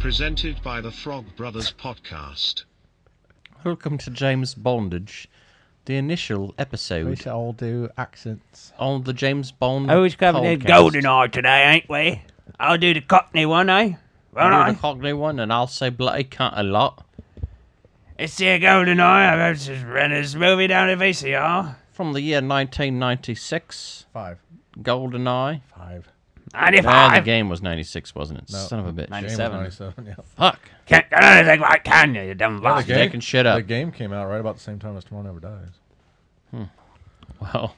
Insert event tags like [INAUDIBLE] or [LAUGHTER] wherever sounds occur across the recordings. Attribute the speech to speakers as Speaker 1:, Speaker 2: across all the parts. Speaker 1: presented by the Frog Brothers podcast.
Speaker 2: Welcome to James Bondage, the initial
Speaker 3: We
Speaker 2: episode
Speaker 3: should all do accents.
Speaker 2: on the James Bond.
Speaker 4: Oh, it's coming in
Speaker 2: podcast.
Speaker 4: golden eye today, ain't we? I'll do the Cockney one, eh? Won't
Speaker 2: I'll do
Speaker 4: I?
Speaker 2: the Cockney one, and I'll say bloody cunt a lot
Speaker 4: It's the golden eye. I was just rent this movie down to VCR.
Speaker 2: from the year 1996.
Speaker 3: Five.
Speaker 2: Golden Eye.
Speaker 3: Five.
Speaker 2: Ah, the
Speaker 4: 95.
Speaker 2: game was 96, wasn't it? Son of a bitch.
Speaker 3: Game was
Speaker 5: 97.
Speaker 3: 97, yeah.
Speaker 2: Fuck.
Speaker 4: Can't get anything like can you, you dumb
Speaker 3: The
Speaker 4: bastard.
Speaker 2: making shit up.
Speaker 3: The game came out right about the same time as Tomorrow Never Dies.
Speaker 2: Well,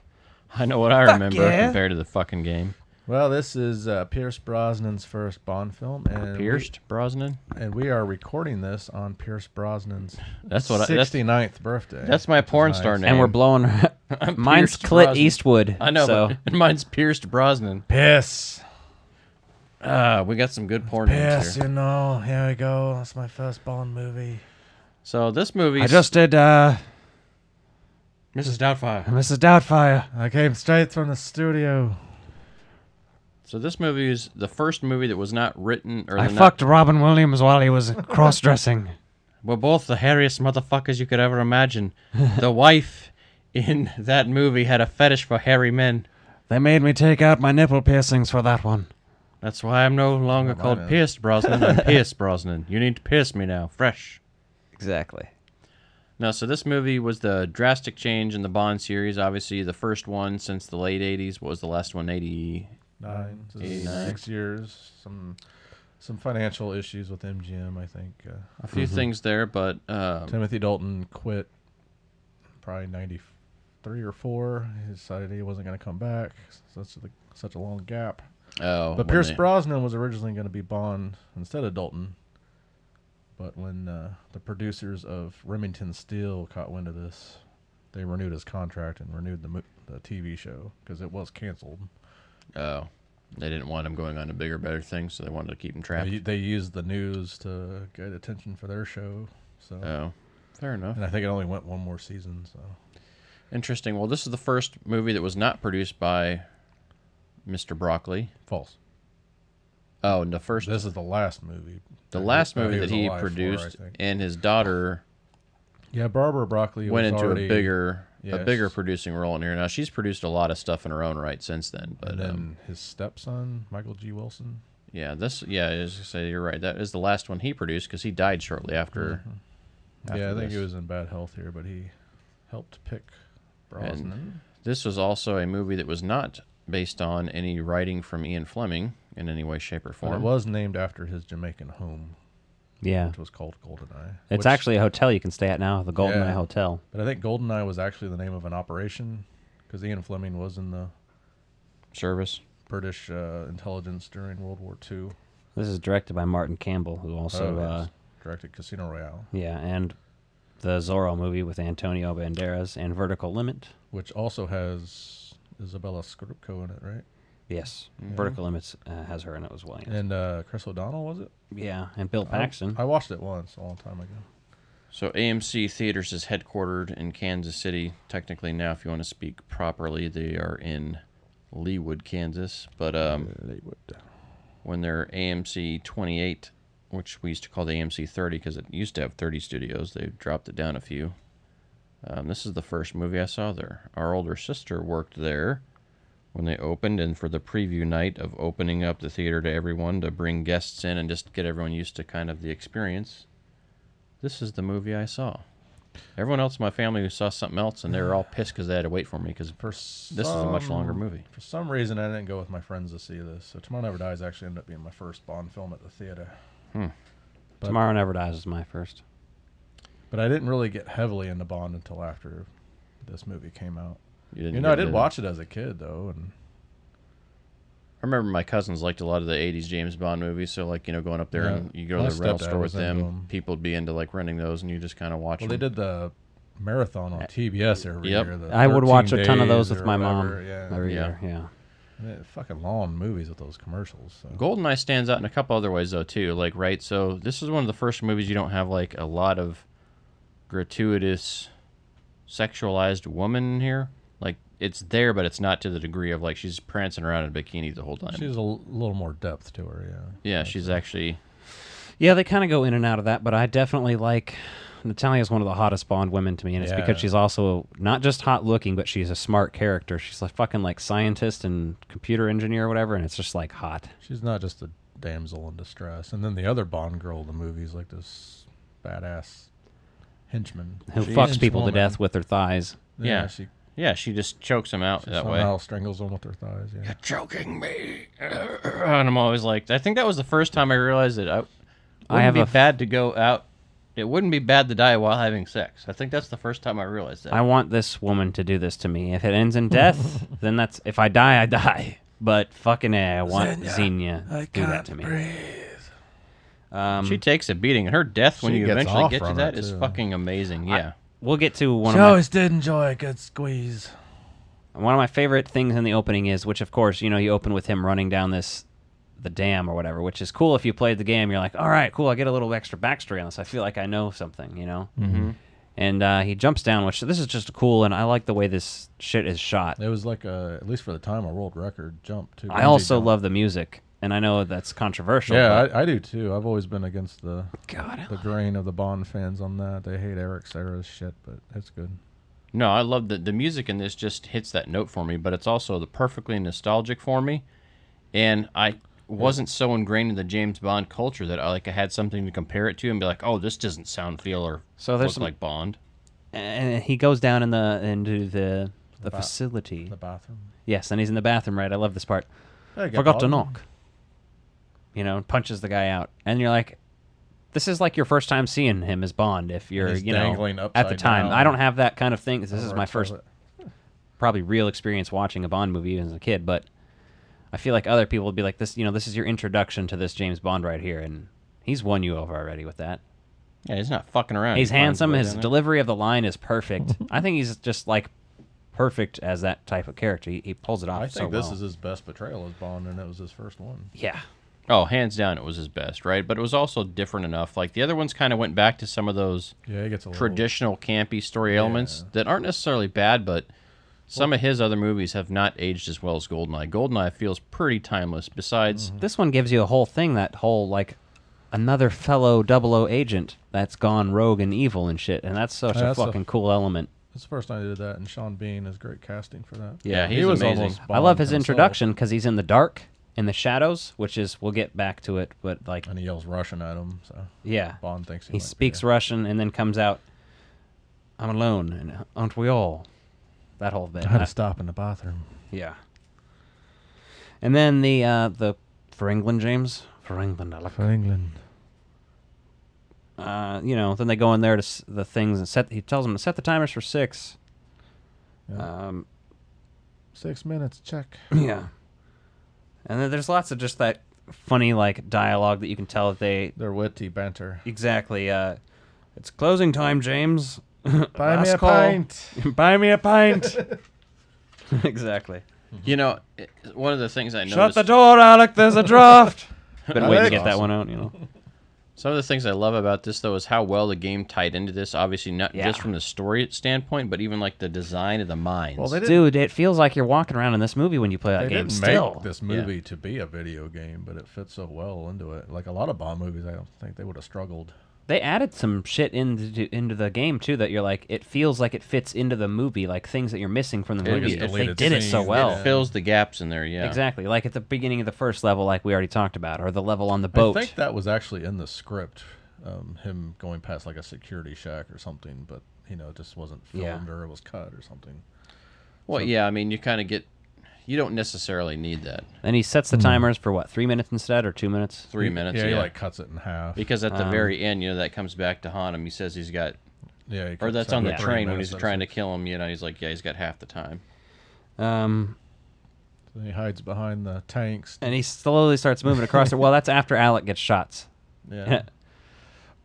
Speaker 2: I know what I remember
Speaker 4: yeah.
Speaker 2: compared to the fucking game.
Speaker 3: Well, this is uh, Pierce Brosnan's first Bond film, and we-
Speaker 2: Pierced Brosnan.
Speaker 3: and we are recording this on Pierce Brosnan's
Speaker 2: That's what I. That's,
Speaker 3: 69th birthday.
Speaker 2: that's my porn star
Speaker 3: nice.
Speaker 2: name.
Speaker 5: And we're blowing. [LAUGHS] Mine's
Speaker 2: Pierced
Speaker 5: Clit
Speaker 2: Brosnan.
Speaker 5: Eastwood.
Speaker 2: I know,
Speaker 5: So.
Speaker 2: but [LAUGHS] mine's Pierced Brosnan.
Speaker 3: piss.
Speaker 2: Uh, we got some good porn names
Speaker 3: Piss,
Speaker 2: here.
Speaker 3: you know. Here we go. That's my first Bond movie.
Speaker 2: So this movie,
Speaker 5: I just did uh,
Speaker 2: Mrs. Doubtfire.
Speaker 5: Mrs. Doubtfire.
Speaker 3: I came straight from the studio.
Speaker 2: So this movie is the first movie that was not written or
Speaker 5: I
Speaker 2: the
Speaker 5: fucked Robin Williams while he was [LAUGHS] cross dressing.
Speaker 2: Not, we're both the hairiest motherfuckers you could ever
Speaker 5: [LAUGHS]
Speaker 2: imagine. the wife in that movie had a fetish for hairy men.
Speaker 5: they made me take out my nipple piercings for that one.
Speaker 2: That's why I'm no longer
Speaker 3: mine
Speaker 2: called
Speaker 3: is.
Speaker 2: Pierce Brosnan. I'm Pierce Brosnan. You need to pierce me now, fresh.
Speaker 5: Exactly.
Speaker 2: No, so this movie was the drastic change in the Bond series. Obviously, the first one since the late '80s What was the last one '80.
Speaker 3: Nine, so
Speaker 2: Eighty nine.
Speaker 3: six years. Some some financial issues with MGM, I think. Uh,
Speaker 2: A few
Speaker 5: Mm-hmm.
Speaker 2: things there, but um,
Speaker 3: Timothy Dalton quit probably 93 or 4. He decided he wasn't going to come back. Such a, such a long gap.
Speaker 2: oh, when
Speaker 3: But Pierce
Speaker 2: they-
Speaker 3: Brosnan was originally going to be Bond instead of Dalton. But when uh, the producers of Remington Steel caught wind of this, they renewed his contract and renewed the, mo- the TV show because it was canceled.
Speaker 2: Oh, they didn't want him going on to bigger, better things, so they wanted to keep him trapped.
Speaker 3: They, they used the news to get attention for their show. So,
Speaker 2: Oh, fair enough.
Speaker 3: and I think it only went one more season. So
Speaker 2: Interesting. Well, this is the first movie that was not produced by Mr. Broccoli.
Speaker 3: false.
Speaker 2: Oh, and the first,
Speaker 3: This is the last movie.
Speaker 2: the last
Speaker 3: that
Speaker 2: movie
Speaker 3: was
Speaker 2: that he
Speaker 3: alive for, I
Speaker 2: produced,
Speaker 3: think.
Speaker 2: and his daughter
Speaker 3: yeah, Barbara Broccoli
Speaker 2: went
Speaker 3: was
Speaker 2: into
Speaker 3: already-
Speaker 2: a bigger, a
Speaker 3: Yes.
Speaker 2: bigger producing role in here. Now she's produced a lot of stuff in her own right since then, but
Speaker 3: And
Speaker 2: um,
Speaker 3: then his stepson, Michael G. Wilson.
Speaker 2: yeah, this, yeah, as you say, you're right. That is the last one he produced because he died shortly after.
Speaker 3: Mm-hmm. yeah, I think
Speaker 2: this.
Speaker 3: he was in bad health here, but he helped pick Brosnan.
Speaker 2: This was also a movie that was not based on any writing from Ian Fleming in any way, shape, or
Speaker 3: But it
Speaker 2: form.
Speaker 3: was named after his Jamaican home,
Speaker 5: Yeah.
Speaker 3: which was called Goldeneye.
Speaker 5: It's
Speaker 3: which-
Speaker 5: actually a hotel you can stay at now, the Golden
Speaker 3: Yeah.
Speaker 5: Eye Hotel.
Speaker 3: but I think Goldeneye was actually the name of an operation because Ian Fleming was in the
Speaker 2: Service.
Speaker 3: British uh, intelligence during World War II.
Speaker 5: This is directed by Martin Campbell, who also,
Speaker 3: Oh,
Speaker 5: uh,
Speaker 3: yes. directed Casino Royale,
Speaker 5: yeah, and the Zorro movie with Antonio Banderas and Vertical Limit.
Speaker 3: which also has Isabella Scorupco in it, right?
Speaker 5: Yes,
Speaker 3: Mm-hmm.
Speaker 5: Vertical Limits uh, has her in it as well. Yeah,
Speaker 3: And uh, Chris O'Donnell was it?
Speaker 5: and Bill
Speaker 3: I-
Speaker 5: Paxton.
Speaker 3: Oh, I, watched it once a long time ago.
Speaker 2: So AMC Theaters is headquartered in Kansas City. Technically now, if you want to speak properly, they are in Leawood, Kansas. But um, when their AMC 28, which we used to call the AMC 30 because it used to have 30 studios, they dropped it down a few. Um, this is the first movie I saw there. Our older sister worked there when they opened, and for the preview night of opening up the theater to everyone to bring guests in and just get everyone used to kind of the experience, this is the movie I saw. Everyone else in my family who saw something else, and they were all pissed because they had to wait for me because
Speaker 3: For
Speaker 2: this is a much longer
Speaker 3: some-
Speaker 2: movie.
Speaker 3: For some reason, I didn't go with my friends to see this. So Tomorrow Never Dies actually ended up being my first Bond film at the theater. but-
Speaker 5: Tomorrow Never Dies is my first.
Speaker 3: But I didn't really get heavily into Bond until after this movie came out.
Speaker 2: You, didn't
Speaker 3: You know, I
Speaker 2: get
Speaker 3: did
Speaker 2: it.
Speaker 3: watch it as a kid though, and
Speaker 2: I remember my cousins liked a lot of the '80s James Bond movies, so like you know, going up there
Speaker 3: Yeah.
Speaker 2: and you go
Speaker 3: My
Speaker 2: to the rental
Speaker 3: stepdad
Speaker 2: store with
Speaker 3: was into
Speaker 2: them,
Speaker 3: 'em.
Speaker 2: people would be into like renting those, and you just kind of watch.
Speaker 3: well, they
Speaker 2: 'em.
Speaker 3: did the marathon on TBS every
Speaker 2: Yep.
Speaker 3: year. the
Speaker 5: I would watch a
Speaker 3: 13
Speaker 5: ton of those
Speaker 3: Uh, days
Speaker 5: with
Speaker 3: or
Speaker 5: my
Speaker 3: whatever,
Speaker 5: mom
Speaker 3: Yeah,
Speaker 5: every
Speaker 2: Yeah.
Speaker 5: year. Yeah.
Speaker 3: And they're fucking long movies with those commercials. So.
Speaker 2: Goldeneye stands out in a couple other ways though too. Like right, so this is one of the first movies you don't have like a lot of gratuitous sexualized woman in here. Like it's there, but it's not to the degree of like she's prancing around in a bikini the whole time.
Speaker 3: She's a l- little more depth to her, yeah.
Speaker 2: yeah, she's actually
Speaker 5: Yeah, they kind of go in and out of that, but I definitely like Natalia is one of the hottest Bond women to me, and it's
Speaker 3: Yeah.
Speaker 5: because she's also not just hot looking, but she's a smart character. She's like fucking like scientist and computer engineer or whatever, and it's just like hot.
Speaker 3: She's not just a damsel in distress. And then the other Bond girl in the movie is like this badass henchman
Speaker 5: Who
Speaker 3: She-
Speaker 5: fucks people
Speaker 3: henchwoman.
Speaker 5: to death with her thighs.
Speaker 2: Yeah.
Speaker 3: she, she
Speaker 2: Yeah, she just chokes him out that way.
Speaker 3: somehow strangles them with her thighs. Yeah,
Speaker 2: Choking me, and I'm always like, I think that was the first time I realized that I wouldn't
Speaker 5: I have
Speaker 2: be
Speaker 5: a f-
Speaker 2: bad to go out. It wouldn't be bad to die while having sex. I think that's the first time I realized that.
Speaker 5: I want this woman to do this to me. If it ends in [LAUGHS] death, then that's if I die, I die. But fucking A, I want Xenia to do that to me. Um,
Speaker 2: she takes a beating, and her death when
Speaker 3: She
Speaker 2: you
Speaker 3: gets
Speaker 2: eventually
Speaker 3: off
Speaker 2: get to
Speaker 3: from
Speaker 2: that
Speaker 3: it,
Speaker 2: is
Speaker 3: too.
Speaker 2: fucking amazing. Yeah,
Speaker 5: we'll get to one
Speaker 3: She
Speaker 5: of my
Speaker 3: always did enjoy a good squeeze.
Speaker 5: one of my favorite things in the opening is which of course you know you open with him running down this the dam or whatever which is cool if you played the game you're like all right cool i get a little extra backstory on this i feel like i know something you know mm-hmm. and uh, he jumps down which this is just cool and i like the way this shit is shot
Speaker 3: It was like a, at least for the time, a world record jump too.
Speaker 5: i
Speaker 3: Bungee
Speaker 5: also
Speaker 3: jump.
Speaker 5: love the music and i know that's controversial
Speaker 3: Yeah,
Speaker 5: but
Speaker 3: I, I do too. I've always been against the
Speaker 5: god
Speaker 3: the grain of the Bond fans on that. They hate Eric Sarah's shit, but that's good.
Speaker 2: No, I love that the music in this just hits that note for me, but it's also the perfectly nostalgic for me. And I wasn't so ingrained in the James Bond culture that I like I had something to compare it to and be like, oh, this doesn't sound feel or
Speaker 5: So there's
Speaker 2: look
Speaker 5: some-
Speaker 2: like Bond.
Speaker 5: and he goes down in the into the the facility
Speaker 3: The bathroom.
Speaker 5: yes and he's in the bathroom right i love this part forgot to knock. You know, and punches the guy out, and you're like, this is like your first time seeing him as Bond. If you're,
Speaker 3: he's
Speaker 5: you know,
Speaker 3: dangling
Speaker 5: at the
Speaker 3: upside
Speaker 5: time,
Speaker 3: down.
Speaker 5: I don't have that kind of thing. 'cause This is my first, probably real experience watching a Bond movie even as a kid. But I feel like other people would be like, this, you know, this is your introduction to this James Bond right here, and he's won you over already with that.
Speaker 2: Yeah, he's not fucking around.
Speaker 5: He's
Speaker 2: He finds
Speaker 5: handsome.
Speaker 2: a way
Speaker 5: His
Speaker 2: down there.
Speaker 5: delivery of the line
Speaker 3: [LAUGHS]
Speaker 5: is perfect. I think he's just like perfect as that type of character. He, he pulls it off.
Speaker 3: I
Speaker 5: so
Speaker 3: think this
Speaker 5: well.
Speaker 3: is his best portrayal as Bond, and it was his first one.
Speaker 5: yeah.
Speaker 2: Oh, hands down, it was his best, right? But it was also different enough. Like the other ones kind of went back to some of those
Speaker 3: Yeah, he gets a
Speaker 5: Oh.
Speaker 3: little
Speaker 2: traditional campy story elements that aren't necessarily bad, but some of his other movies have not aged as well as Goldeneye. Goldeneye feels pretty timeless. Besides,
Speaker 5: This one gives you a whole thing, that whole like another fellow 00 agent that's gone rogue and evil and shit, and that's such
Speaker 3: Yeah,
Speaker 5: a
Speaker 3: that's a-
Speaker 5: fucking cool element.
Speaker 3: It's the first time they did that, and Sean Bean is great casting for that.
Speaker 2: Yeah, he's
Speaker 3: he was
Speaker 2: amazing.
Speaker 3: almost.
Speaker 5: I love
Speaker 3: Bond
Speaker 5: his
Speaker 3: himself.
Speaker 5: introduction because he's in the dark, in the shadows, which is we'll get back to it, but like
Speaker 3: and he yells Russian at him. So
Speaker 5: yeah,
Speaker 3: Bond thinks he,
Speaker 5: he
Speaker 3: might be
Speaker 5: speaks
Speaker 3: a-
Speaker 5: Russian and then comes out. I'm alone, and aren't we all? That whole bit.
Speaker 3: I had
Speaker 5: I-
Speaker 3: to stop in the bathroom.
Speaker 5: yeah. And then the uh, the for England, James for England. I like
Speaker 3: For England.
Speaker 5: uh, you know, then they go in there to s- the things and set. He tells them to set the timers for six.
Speaker 3: Yeah.
Speaker 5: Um, [CLEARS THROAT]
Speaker 3: Six minutes, check.
Speaker 5: yeah, and then there's lots of just that funny like dialogue that you can tell that they
Speaker 3: They're witty
Speaker 5: [LAUGHS]
Speaker 3: banter.
Speaker 5: exactly. Uh, it's closing time, James. [LAUGHS]
Speaker 3: Buy me
Speaker 5: Last
Speaker 3: a
Speaker 5: call.
Speaker 3: pint.
Speaker 5: Buy me a pint. [LAUGHS] exactly.
Speaker 2: you know, it- one of the things I noticed.
Speaker 5: Mm-hmm. Shut the door, Alec. There's a draft. Been
Speaker 3: I
Speaker 5: waiting to
Speaker 3: like-
Speaker 5: get that one out. You know.
Speaker 2: Some of the things I love about this though is how well the game tied into this. Obviously, not
Speaker 5: Yeah.
Speaker 2: just from the story standpoint, but even like the design of the mines.
Speaker 3: Well, they didn't.
Speaker 5: Dude, it feels like you're walking around in this movie when you play that
Speaker 3: They
Speaker 5: game.
Speaker 3: didn't
Speaker 5: still,
Speaker 3: make this
Speaker 2: Yeah.
Speaker 3: movie to be a video game, but it fits so well into it. Like a lot of Bond movies, I don't think they would have struggled.
Speaker 5: they added some shit into into the game too that you're like it feels like it fits into the movie like things that you're missing from the
Speaker 2: It
Speaker 5: movie
Speaker 2: just
Speaker 5: if they
Speaker 3: deleted
Speaker 5: did it so
Speaker 3: scenes,
Speaker 5: well
Speaker 3: yeah.
Speaker 2: fills the gaps in there. Yeah,
Speaker 5: exactly like at the beginning of the first level like we already talked about or the level on the boat
Speaker 3: I think that was actually in the script, um, him going past like a security shack or something, but you know, it just wasn't
Speaker 5: Yeah.
Speaker 3: filmed or it was cut or something.
Speaker 2: Well, yeah. I mean, you kind of get. You don't necessarily need that
Speaker 5: and he sets the timers for what three minutes instead or two minutes
Speaker 2: three minutes.
Speaker 3: yeah,
Speaker 2: Yeah,
Speaker 3: he like um, cuts it in half.
Speaker 2: because at the very end, you know, that comes back to haunt him. He says he's got,
Speaker 3: yeah, he
Speaker 2: or
Speaker 3: cuts
Speaker 2: that's
Speaker 3: that
Speaker 2: on the
Speaker 3: to three
Speaker 2: train when
Speaker 3: minutes,
Speaker 2: he's
Speaker 3: that's
Speaker 2: trying to
Speaker 3: it.
Speaker 2: kill him. You know, he's like, yeah, he's got half the
Speaker 3: [LAUGHS]
Speaker 2: time.
Speaker 5: um
Speaker 3: Then he hides behind the tanks.
Speaker 5: and he slowly starts moving across it well that's after Alec gets shots
Speaker 3: [LAUGHS] Yeah.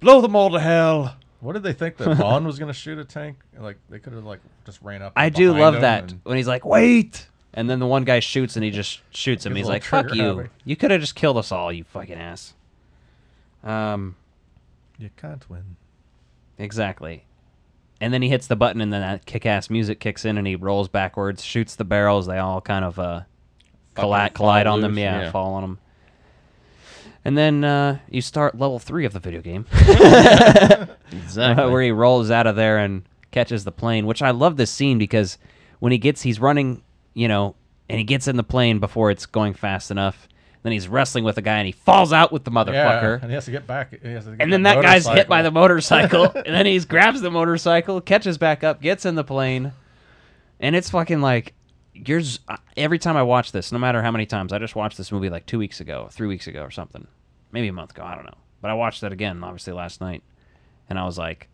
Speaker 3: Blow them all to hell. What did they think
Speaker 5: [LAUGHS]
Speaker 3: that Bond was gonna shoot a tank? Like they could have like just ran up.
Speaker 5: I
Speaker 3: and
Speaker 5: do
Speaker 3: behind
Speaker 5: love
Speaker 3: him
Speaker 5: that
Speaker 3: and-
Speaker 5: when he's like wait and then the one guy shoots and he just shoots him
Speaker 3: Gives
Speaker 5: he's
Speaker 3: a
Speaker 5: like
Speaker 3: little
Speaker 5: fuck
Speaker 3: trigger
Speaker 5: you
Speaker 3: happy.
Speaker 5: you could have just killed us all you fucking ass um
Speaker 3: You can't win.
Speaker 5: Exactly. And then he hits the button, and then that kick-ass music kicks in, and he rolls backwards, shoots the barrels. They all kind of uh,
Speaker 2: Fucking
Speaker 5: colli-
Speaker 2: fall
Speaker 5: collide on them,
Speaker 2: loose,
Speaker 5: yeah,
Speaker 2: yeah.
Speaker 5: fall on them. And then uh, you start level three of the video
Speaker 3: [LAUGHS]
Speaker 5: game,
Speaker 2: Exactly.
Speaker 5: where he rolls out of there and catches the plane. Which I love this scene because when he gets, he's running, you know, and he gets in the plane before it's going fast enough. Then he's wrestling with a guy and he falls out with the motherfucker.
Speaker 3: and he has to get back. He has to get
Speaker 5: And then that guy's hit by
Speaker 3: motorcycle.
Speaker 5: the motorcycle, and then he grabs the motorcycle, catches back up, gets in the plane, and it's fucking like you're. z- I- Every time I watch this, no matter how many times, I just watched this movie like two weeks ago, three weeks ago, or something, maybe a month ago. I don't know, but I watched that again, obviously last night, and I was like,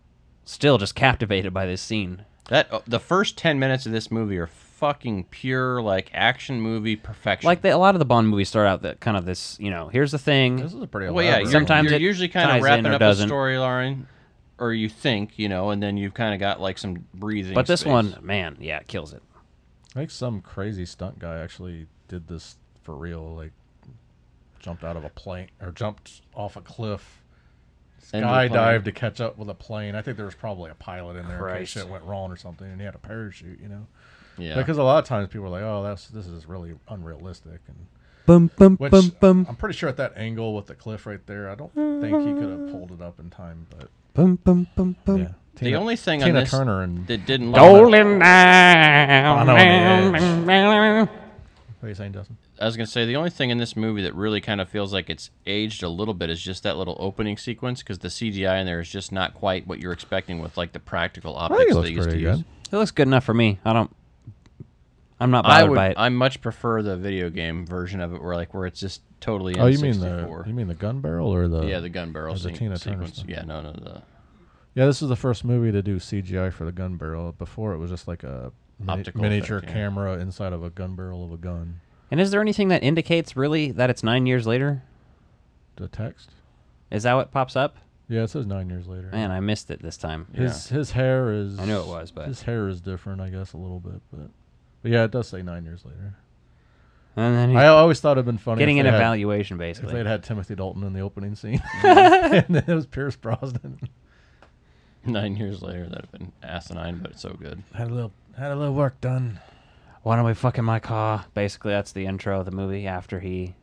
Speaker 5: still just [LAUGHS] captivated by this scene.
Speaker 2: that uh, the first ten minutes of this movie are fucking pure like action movie perfection.
Speaker 5: Like the, a lot of the Bond movies start out that kind of this, you know, here's the thing.
Speaker 3: This is a pretty.
Speaker 2: well, yeah.
Speaker 3: elaborate-
Speaker 2: You're,
Speaker 5: Sometimes
Speaker 2: you're
Speaker 5: it
Speaker 2: usually kind
Speaker 5: ties
Speaker 2: of
Speaker 5: in
Speaker 2: wrapping
Speaker 5: or
Speaker 2: up
Speaker 5: doesn't.
Speaker 2: a storyline, or you think you know, and then you've kind of got like some breathing.
Speaker 5: but this
Speaker 2: space.
Speaker 5: one, man, yeah, it kills it.
Speaker 3: I think some crazy stunt guy actually did this for real. Like, jumped out of a plane or jumped off a cliff,
Speaker 2: Into the plane.
Speaker 3: skydived to catch up with a plane. I think there was probably a pilot in there in case
Speaker 5: Christ.
Speaker 3: shit went wrong or something, and he had a parachute. You know,
Speaker 2: Yeah.
Speaker 3: because a lot of times people are like, "Oh, that's this is really unrealistic," and
Speaker 5: Bum bum
Speaker 3: which
Speaker 5: bum bum
Speaker 3: I'm pretty sure at that angle with the cliff right there, I don't think he could have pulled it up in time. But
Speaker 5: bum bum bum bum.
Speaker 3: yeah,
Speaker 2: the
Speaker 3: Tina-
Speaker 2: only thing on
Speaker 3: Tina
Speaker 2: this
Speaker 3: Turner and
Speaker 2: that didn't look
Speaker 5: Golden now.
Speaker 3: Bono and the what are you saying, Justin?
Speaker 2: I was gonna say the only thing in this movie that really kind of feels like it's aged a little bit is just that little opening sequence because the CGI in there is just not quite what you're expecting with like the practical optics they used to use.
Speaker 5: It looks good enough for me. I don't. I'm not
Speaker 2: I
Speaker 5: bothered
Speaker 2: would
Speaker 5: by it.
Speaker 2: I much prefer the video game version of it where like where it's just totally.
Speaker 3: Oh, you mean the
Speaker 2: N64.
Speaker 3: you mean the gun barrel or the
Speaker 2: yeah the gun barrel
Speaker 3: Or the
Speaker 2: scene-
Speaker 3: Tina Turner
Speaker 2: sequence?
Speaker 3: stuff.
Speaker 2: Yeah, no, no, the [LAUGHS]
Speaker 3: Yeah, this is the first movie to do CGI for the gun barrel. Before it was just like a mini-
Speaker 2: Optical
Speaker 3: miniature
Speaker 2: effect, yeah.
Speaker 3: camera inside of a gun barrel of a gun.
Speaker 5: and is there anything that indicates really that it's nine years later?
Speaker 3: The text.
Speaker 5: Is that what pops up?
Speaker 3: Yeah, it says nine years later.
Speaker 5: Man, I missed it this time.
Speaker 3: His his hair is.
Speaker 5: I knew it was, but-
Speaker 3: his hair is different, I guess, a little bit. But, but yeah, it does say nine years later.
Speaker 5: And then
Speaker 3: I
Speaker 5: he's
Speaker 3: always thought it'd been funny
Speaker 5: getting
Speaker 3: if
Speaker 5: an
Speaker 3: they had-
Speaker 5: evaluation,
Speaker 3: If
Speaker 5: basically.
Speaker 3: they'd had Timothy Dalton in the opening
Speaker 5: [LAUGHS]
Speaker 3: scene, [LAUGHS] and then it was Pierce Brosnan.
Speaker 2: nine years later that'd have been asinine, but it's so good.
Speaker 3: Had a little had a little work done.
Speaker 5: Why don't we fuck in my car? Basically, that's the intro of the movie after he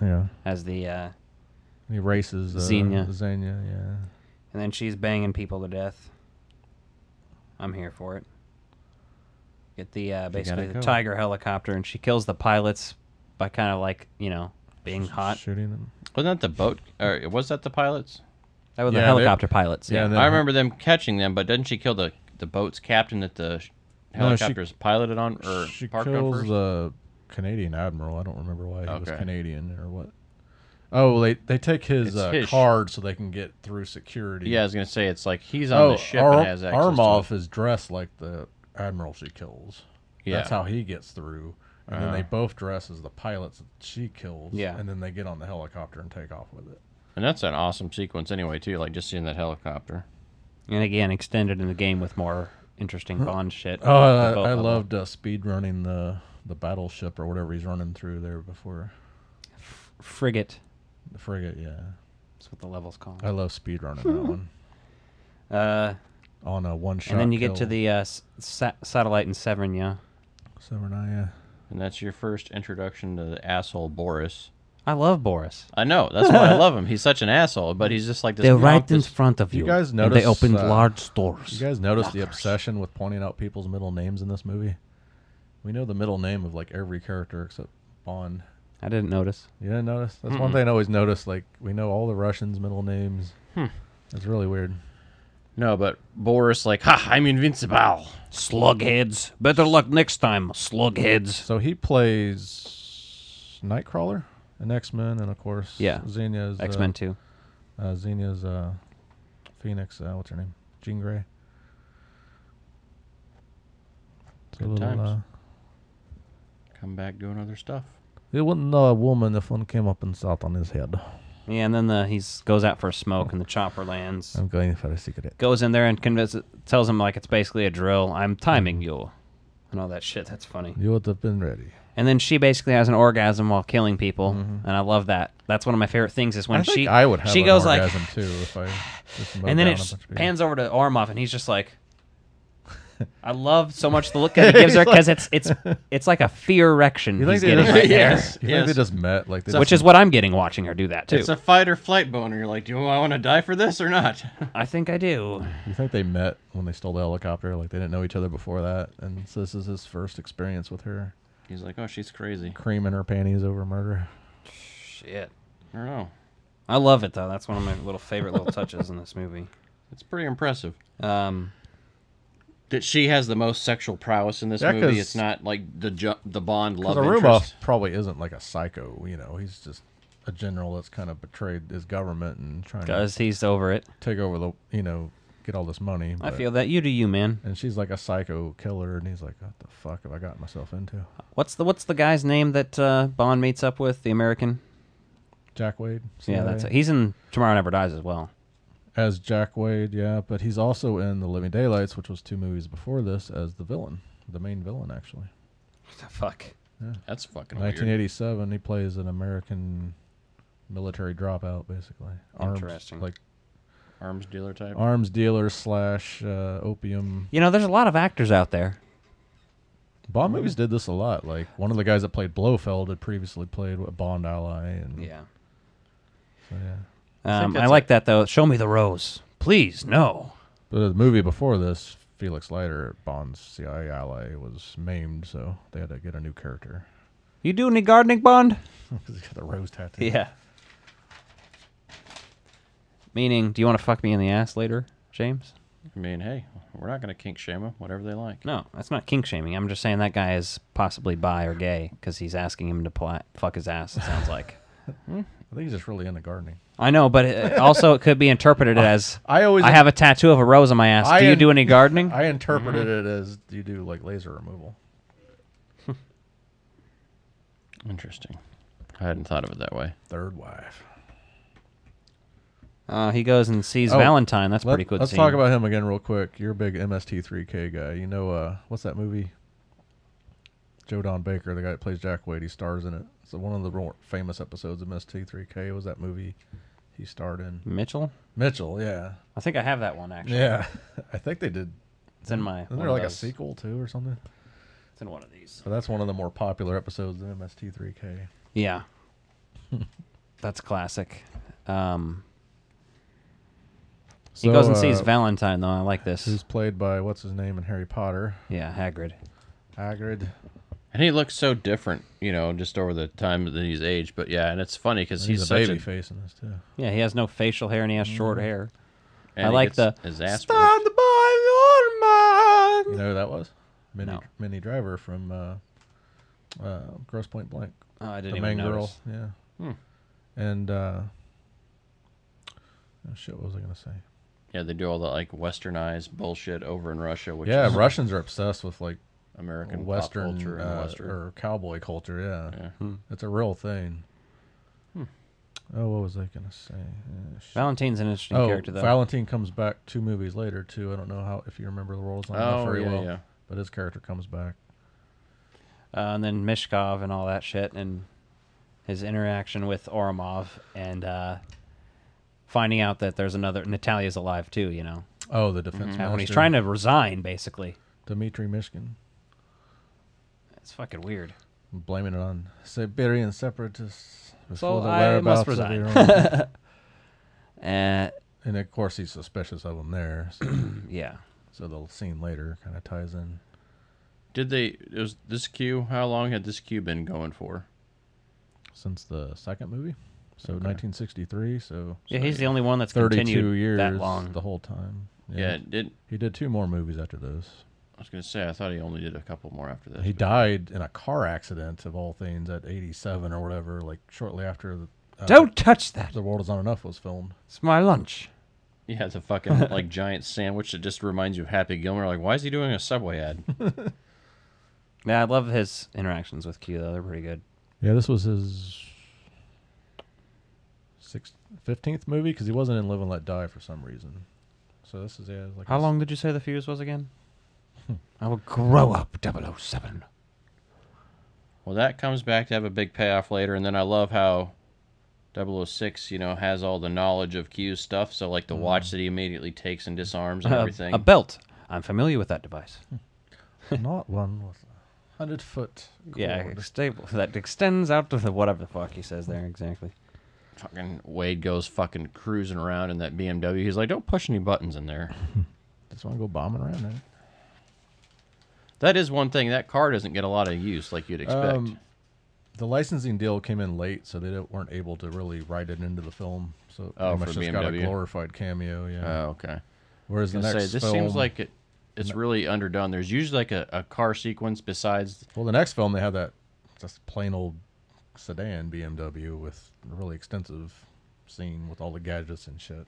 Speaker 3: Yeah,
Speaker 5: has the. Uh,
Speaker 3: he races uh,
Speaker 5: Xenia.
Speaker 3: Xenia, yeah.
Speaker 5: and then she's banging people to death. I'm here for it. Get the uh, basically the
Speaker 2: go.
Speaker 5: tiger helicopter, and she kills the pilots by kind of like you know being hot.
Speaker 3: shooting them.
Speaker 2: Wasn't that the boat? Or was that the pilots?
Speaker 5: That was
Speaker 3: Yeah,
Speaker 5: the
Speaker 3: they-
Speaker 5: helicopter pilots.
Speaker 3: yeah,
Speaker 5: Yeah,
Speaker 3: they-
Speaker 2: I remember them catching them, but doesn't she kill the the boat's captain that the sh-
Speaker 3: No, she-
Speaker 2: helicopter's piloted on or
Speaker 3: she
Speaker 2: parked on
Speaker 3: kills
Speaker 2: first?
Speaker 3: the Canadian admiral. I don't remember why he was
Speaker 2: Okay.
Speaker 3: Canadian or what. Oh, they they take his,
Speaker 2: It's
Speaker 3: uh,
Speaker 2: his sh-
Speaker 3: card so they can get through security.
Speaker 2: yeah, I was gonna say it's like he's on
Speaker 3: Oh,
Speaker 2: the ship
Speaker 3: Ar-
Speaker 2: and has access.
Speaker 3: Armov
Speaker 2: to
Speaker 3: is dressed like the admiral she kills.
Speaker 2: it. Yeah,
Speaker 3: That's how he gets through. And then
Speaker 2: Uh-huh.
Speaker 3: they both dress as the pilots that she kills.
Speaker 5: Yeah.
Speaker 3: And then they get on the helicopter and take off with it.
Speaker 2: and that's an awesome sequence anyway too. Like just seeing that helicopter.
Speaker 5: and again extended in the game with more interesting Bond shit.
Speaker 3: Oh,
Speaker 5: The boat
Speaker 3: I, I
Speaker 5: level.
Speaker 3: loved uh, speed running the the battleship or whatever he's running through there before
Speaker 5: frigate.
Speaker 3: the frigate. Yeah,
Speaker 5: That's what the level's called.
Speaker 3: I love speed running that one
Speaker 5: Hmm. Uh,
Speaker 3: on a one shot.
Speaker 5: and then you get to the uh, s- sa- satellite in Severn, yeah.
Speaker 3: Severnaya.
Speaker 2: And that's your first introduction to the asshole Boris.
Speaker 5: I love Boris.
Speaker 2: I know that's why
Speaker 3: [LAUGHS]
Speaker 2: I love him. He's such an asshole, but he's just like this.
Speaker 5: They're right in
Speaker 2: pompous-
Speaker 5: front of
Speaker 3: You
Speaker 5: you.
Speaker 3: guys
Speaker 5: and
Speaker 3: notice,
Speaker 5: they opened
Speaker 3: uh,
Speaker 5: large
Speaker 3: You
Speaker 5: doors.
Speaker 3: guys notice the obsession with pointing out people's middle names in this movie? We know the middle name of like every character except Bond.
Speaker 5: I didn't notice.
Speaker 3: You didn't notice? That's one thing I always notice. Like we know all the Russians' middle names.
Speaker 5: Hmm.
Speaker 3: That's really weird.
Speaker 2: No, but Boris like, ha! I'm invincible.
Speaker 5: Slugheads. Better luck next time, slugheads.
Speaker 3: So he plays Nightcrawler in X Men, and of course, uh,
Speaker 5: Yeah.
Speaker 3: Xenia's
Speaker 5: X Men 2.
Speaker 3: Uh, uh, Xenia's uh, Phoenix. Uh, what's her name? Jean Grey. It's a
Speaker 2: Good
Speaker 3: little,
Speaker 2: times.
Speaker 3: uh,
Speaker 2: Come back doing other stuff.
Speaker 3: it wasn't know a woman if one came up and sat on his head.
Speaker 5: Yeah, and then the, he's goes out for a smoke, and the chopper lands.
Speaker 3: I'm going for a cigarette.
Speaker 5: Goes in there and convinces, tells him, like, it's basically a drill. I'm
Speaker 3: Mm-hmm.
Speaker 5: timing you. And all that shit. That's funny.
Speaker 3: You would have been ready.
Speaker 5: And then she basically has an orgasm while killing people, and I love that. That's one of my favorite things is when
Speaker 3: Mm-hmm. I think
Speaker 5: she
Speaker 3: I would have
Speaker 5: she
Speaker 3: an
Speaker 5: goes
Speaker 3: orgasm
Speaker 5: like,
Speaker 3: too if I just mowed
Speaker 5: [SIGHS] and then
Speaker 3: down
Speaker 5: it
Speaker 3: a
Speaker 5: sh-
Speaker 3: bunch of people. [LAUGHS]
Speaker 5: pans over to Ormov, and he's just like, I love so much the look that he gives her because it's it's it's like a fear
Speaker 3: [LAUGHS]
Speaker 5: erection
Speaker 3: You think
Speaker 5: he's
Speaker 3: they
Speaker 5: getting
Speaker 3: just,
Speaker 5: right there,
Speaker 2: Yes,
Speaker 3: you
Speaker 2: yes.
Speaker 3: think they just met? Like they
Speaker 5: which is what I'm getting watching her do that too.
Speaker 6: It's a fight or flight boner. You're like, do I want to die for this or not?
Speaker 5: I think I do.
Speaker 3: You think they met when they stole the helicopter? Like they didn't know each other before that, and so this is his first experience with her
Speaker 2: [LAUGHS] He's like, oh, she's crazy.
Speaker 3: creaming her panties over murder.
Speaker 5: Shit,
Speaker 2: I don't know.
Speaker 5: I love it though. That's one of my little favorite little touches in this movie.
Speaker 2: It's pretty impressive
Speaker 5: Um,
Speaker 2: that she has the most sexual prowess in this
Speaker 3: Yeah,
Speaker 2: movie.
Speaker 3: 'cause-
Speaker 2: It's not like the ju- the Bond love
Speaker 3: Because Aruba
Speaker 2: interest.
Speaker 3: probably isn't like a psycho. You know, he's just a general that's kind of betrayed his government and trying
Speaker 5: because he's over it.
Speaker 3: to take over the. You know, get all this money.
Speaker 5: I
Speaker 3: but-
Speaker 5: feel that you do you, man.
Speaker 3: And she's like a psycho killer, and he's like, "What the fuck have I gotten myself into?"
Speaker 5: What's the what's the guy's name that uh, Bond meets up with? The American.
Speaker 3: Jack Wade.
Speaker 5: Yeah,
Speaker 3: CIA?
Speaker 5: that's it. He's in Tomorrow Never Dies as well.
Speaker 3: as Jack Wade, yeah, but he's also in The Living Daylights, which was two movies before this, as the villain, the main villain actually.
Speaker 5: fuck?
Speaker 2: That's fucking weird.
Speaker 3: 1987, he plays an American military dropout, basically. Arms,
Speaker 5: Interesting.
Speaker 3: Like
Speaker 2: Arms dealer type.
Speaker 3: arms dealer slash uh, opium.
Speaker 5: You know, there's a lot of actors out there.
Speaker 3: Bond movies did this a lot. Like one of the guys that played Blofeld had previously played a Bond ally, and so, yeah.
Speaker 5: Um, I
Speaker 6: that's
Speaker 5: like that though. Show me the rose, please. No.
Speaker 3: But the movie before this, Felix Leiter, Bond's CIA ally, was maimed, so they had to get a new character [LAUGHS]
Speaker 5: You do any gardening, Bond?
Speaker 3: because he's got the rose tattoo.
Speaker 5: Yeah. Meaning, do you want to fuck me in the ass later, James?
Speaker 2: I mean, hey, we're not gonna kink shame 'em, Whatever they like.
Speaker 5: No, that's not kink shaming. I'm just saying that guy is possibly bi or gay because he's asking him to pli- fuck his ass. It sounds like.
Speaker 3: I think he's just really into gardening.
Speaker 5: I know, but it, also it could be interpreted as
Speaker 3: I always
Speaker 5: I have a tattoo of a rose on my ass.
Speaker 3: I
Speaker 5: do you
Speaker 3: am-
Speaker 5: do any gardening?
Speaker 3: [LAUGHS]
Speaker 5: Mm-hmm.
Speaker 3: I interpreted it as you do like laser removal.
Speaker 2: Interesting. I hadn't thought of it that way.
Speaker 3: Third wife.
Speaker 5: Uh, he goes and sees
Speaker 3: Oh,
Speaker 5: Valentine. That's
Speaker 3: Let,
Speaker 5: pretty good.
Speaker 3: let's
Speaker 5: scene.
Speaker 3: talk about him again real quick. You're a big MST3K guy. You know uh, what's that movie? Joe Don Baker, the guy that plays Jack Wade, he stars in it. So one of the more famous episodes of MST3K was that movie he starred in.
Speaker 5: Mitchell.
Speaker 3: Mitchell, yeah,
Speaker 5: I think I have that one actually.
Speaker 3: yeah. [LAUGHS] I think they did.
Speaker 5: It's in my.
Speaker 3: Isn't
Speaker 5: one
Speaker 3: there
Speaker 5: of
Speaker 3: like a
Speaker 5: those.
Speaker 3: sequel too or something?
Speaker 5: It's in one of these.
Speaker 3: But that's one of the more popular episodes of MST3K. [LAUGHS]
Speaker 5: Yeah. That's classic. Um,
Speaker 3: So,
Speaker 5: he goes and sees
Speaker 3: uh,
Speaker 5: Valentine though. I like this.
Speaker 3: Who's played by what's his name in Harry Potter?
Speaker 5: Yeah, Hagrid.
Speaker 3: Hagrid.
Speaker 2: And he looks so different, you know, just over the time that he's aged. But yeah, and it's funny because
Speaker 3: He's,
Speaker 2: he's,
Speaker 3: a
Speaker 2: such
Speaker 3: baby
Speaker 2: a
Speaker 3: face in this too.
Speaker 5: Yeah, he has no facial hair and he has
Speaker 3: Mm.
Speaker 5: short hair.
Speaker 2: and
Speaker 5: I
Speaker 2: he
Speaker 5: like
Speaker 2: gets
Speaker 5: the-
Speaker 2: his ass.
Speaker 3: Stand
Speaker 2: whooped.
Speaker 3: by your man. You know who that was? Minnie,
Speaker 5: No.
Speaker 3: Minnie Driver from uh, uh, Gross Point Blank.
Speaker 5: Oh, I
Speaker 3: The
Speaker 5: didn't
Speaker 3: main
Speaker 5: even
Speaker 3: girl.
Speaker 5: notice.
Speaker 3: Yeah.
Speaker 2: Hmm.
Speaker 3: And uh, oh, shit, what was I gonna say?
Speaker 2: Yeah, they do all the like westernized bullshit over in Russia, which
Speaker 3: yeah,
Speaker 2: is
Speaker 3: Russians are obsessed with like
Speaker 2: American
Speaker 3: Western,
Speaker 2: pop culture and
Speaker 3: uh,
Speaker 2: Western.
Speaker 3: or cowboy culture. Yeah,
Speaker 5: Hmm.
Speaker 3: it's a real thing.
Speaker 2: Hmm.
Speaker 3: Oh, what was I gonna say? Uh, shit.
Speaker 5: Valentine's an interesting
Speaker 3: Oh,
Speaker 5: character though.
Speaker 3: Valentine comes back two movies later too. I don't know how if you remember the roles on
Speaker 2: Oh,
Speaker 3: that very
Speaker 2: yeah,
Speaker 3: well,
Speaker 2: yeah.
Speaker 3: but his character comes back.
Speaker 5: uh, and then Mishkov and all that shit, and his interaction with Oromov, and uh, finding out that there's another Natalia's alive too. You know,
Speaker 3: Oh, the defense
Speaker 2: Hmm.
Speaker 5: when he's
Speaker 3: master,
Speaker 5: trying to resign, basically,
Speaker 3: Dmitry Mishkin,
Speaker 5: it's fucking weird.
Speaker 3: blaming it on Siberian separatists. before the
Speaker 5: I
Speaker 3: whereabouts
Speaker 5: must
Speaker 3: of
Speaker 5: resign.
Speaker 3: their
Speaker 5: [LAUGHS]
Speaker 3: own-
Speaker 5: Uh,
Speaker 3: and of course, he's suspicious of him there. So,
Speaker 5: [CLEARS THROAT] yeah,
Speaker 3: so the scene later kind of ties in.
Speaker 2: Did they? Was this queue? How long had this queue been going for?
Speaker 3: since the second movie. So 1963, so
Speaker 5: yeah. He's the only one that's
Speaker 3: 32
Speaker 5: continued
Speaker 3: years
Speaker 5: that long.
Speaker 3: the whole time.
Speaker 2: Yeah, it did.
Speaker 3: He did two more movies after those.
Speaker 2: I was gonna say I thought he only did a couple more after this.
Speaker 3: He
Speaker 2: but-
Speaker 3: died in a car accident of all things at 87 or whatever, like shortly after the uh,
Speaker 5: Don't touch that.
Speaker 3: The World Is Not Enough was filmed.
Speaker 5: It's my lunch.
Speaker 2: Yeah, the
Speaker 3: [LAUGHS]
Speaker 2: fucking like giant sandwich that just reminds you of Happy Gilmore. Like, why is he doing a Subway ad?
Speaker 5: Yeah, I love his interactions with Q though. They're pretty good.
Speaker 3: Yeah, this was his sixth, 15th movie because he wasn't in Live and Let Die for some reason. So this is yeah, like
Speaker 5: How
Speaker 3: his-
Speaker 5: long did you say the fuse was again? I will grow up, 007.
Speaker 2: Well, that comes back to have a big payoff later, and then I love how 006, you know,
Speaker 3: Mm. Uh,
Speaker 2: has all the knowledge of Q's stuff. So like the watch that he immediately takes and disarms and
Speaker 5: Uh, A,
Speaker 2: everything.
Speaker 5: a belt. I'm familiar with that device.
Speaker 3: [LAUGHS] Not one with a hundred foot. Cord.
Speaker 5: Yeah, stable that extends out to the whatever the fuck he says there exactly.
Speaker 2: Fucking Wade goes fucking cruising around in that BMW. He's like, don't push any buttons in there.
Speaker 3: Just want to go bombing around man.
Speaker 2: That is one thing. That car doesn't get a lot of use like you'd expect.
Speaker 3: Um, The licensing deal came in late, so they didn't, weren't able to really write it into the film. So
Speaker 2: Oh,
Speaker 3: pretty much
Speaker 2: for
Speaker 3: just got a
Speaker 2: BMW.
Speaker 3: glorified cameo.
Speaker 2: oh,
Speaker 3: Yeah.
Speaker 2: okay.
Speaker 3: Whereas
Speaker 2: I
Speaker 3: the
Speaker 2: was
Speaker 3: next
Speaker 2: gonna say, this
Speaker 3: film,
Speaker 2: seems like it, it's really underdone. There's usually like a, a car sequence besides.
Speaker 3: well, the next film they had that just plain old sedan BMW with a really extensive scene with all the gadgets and shit.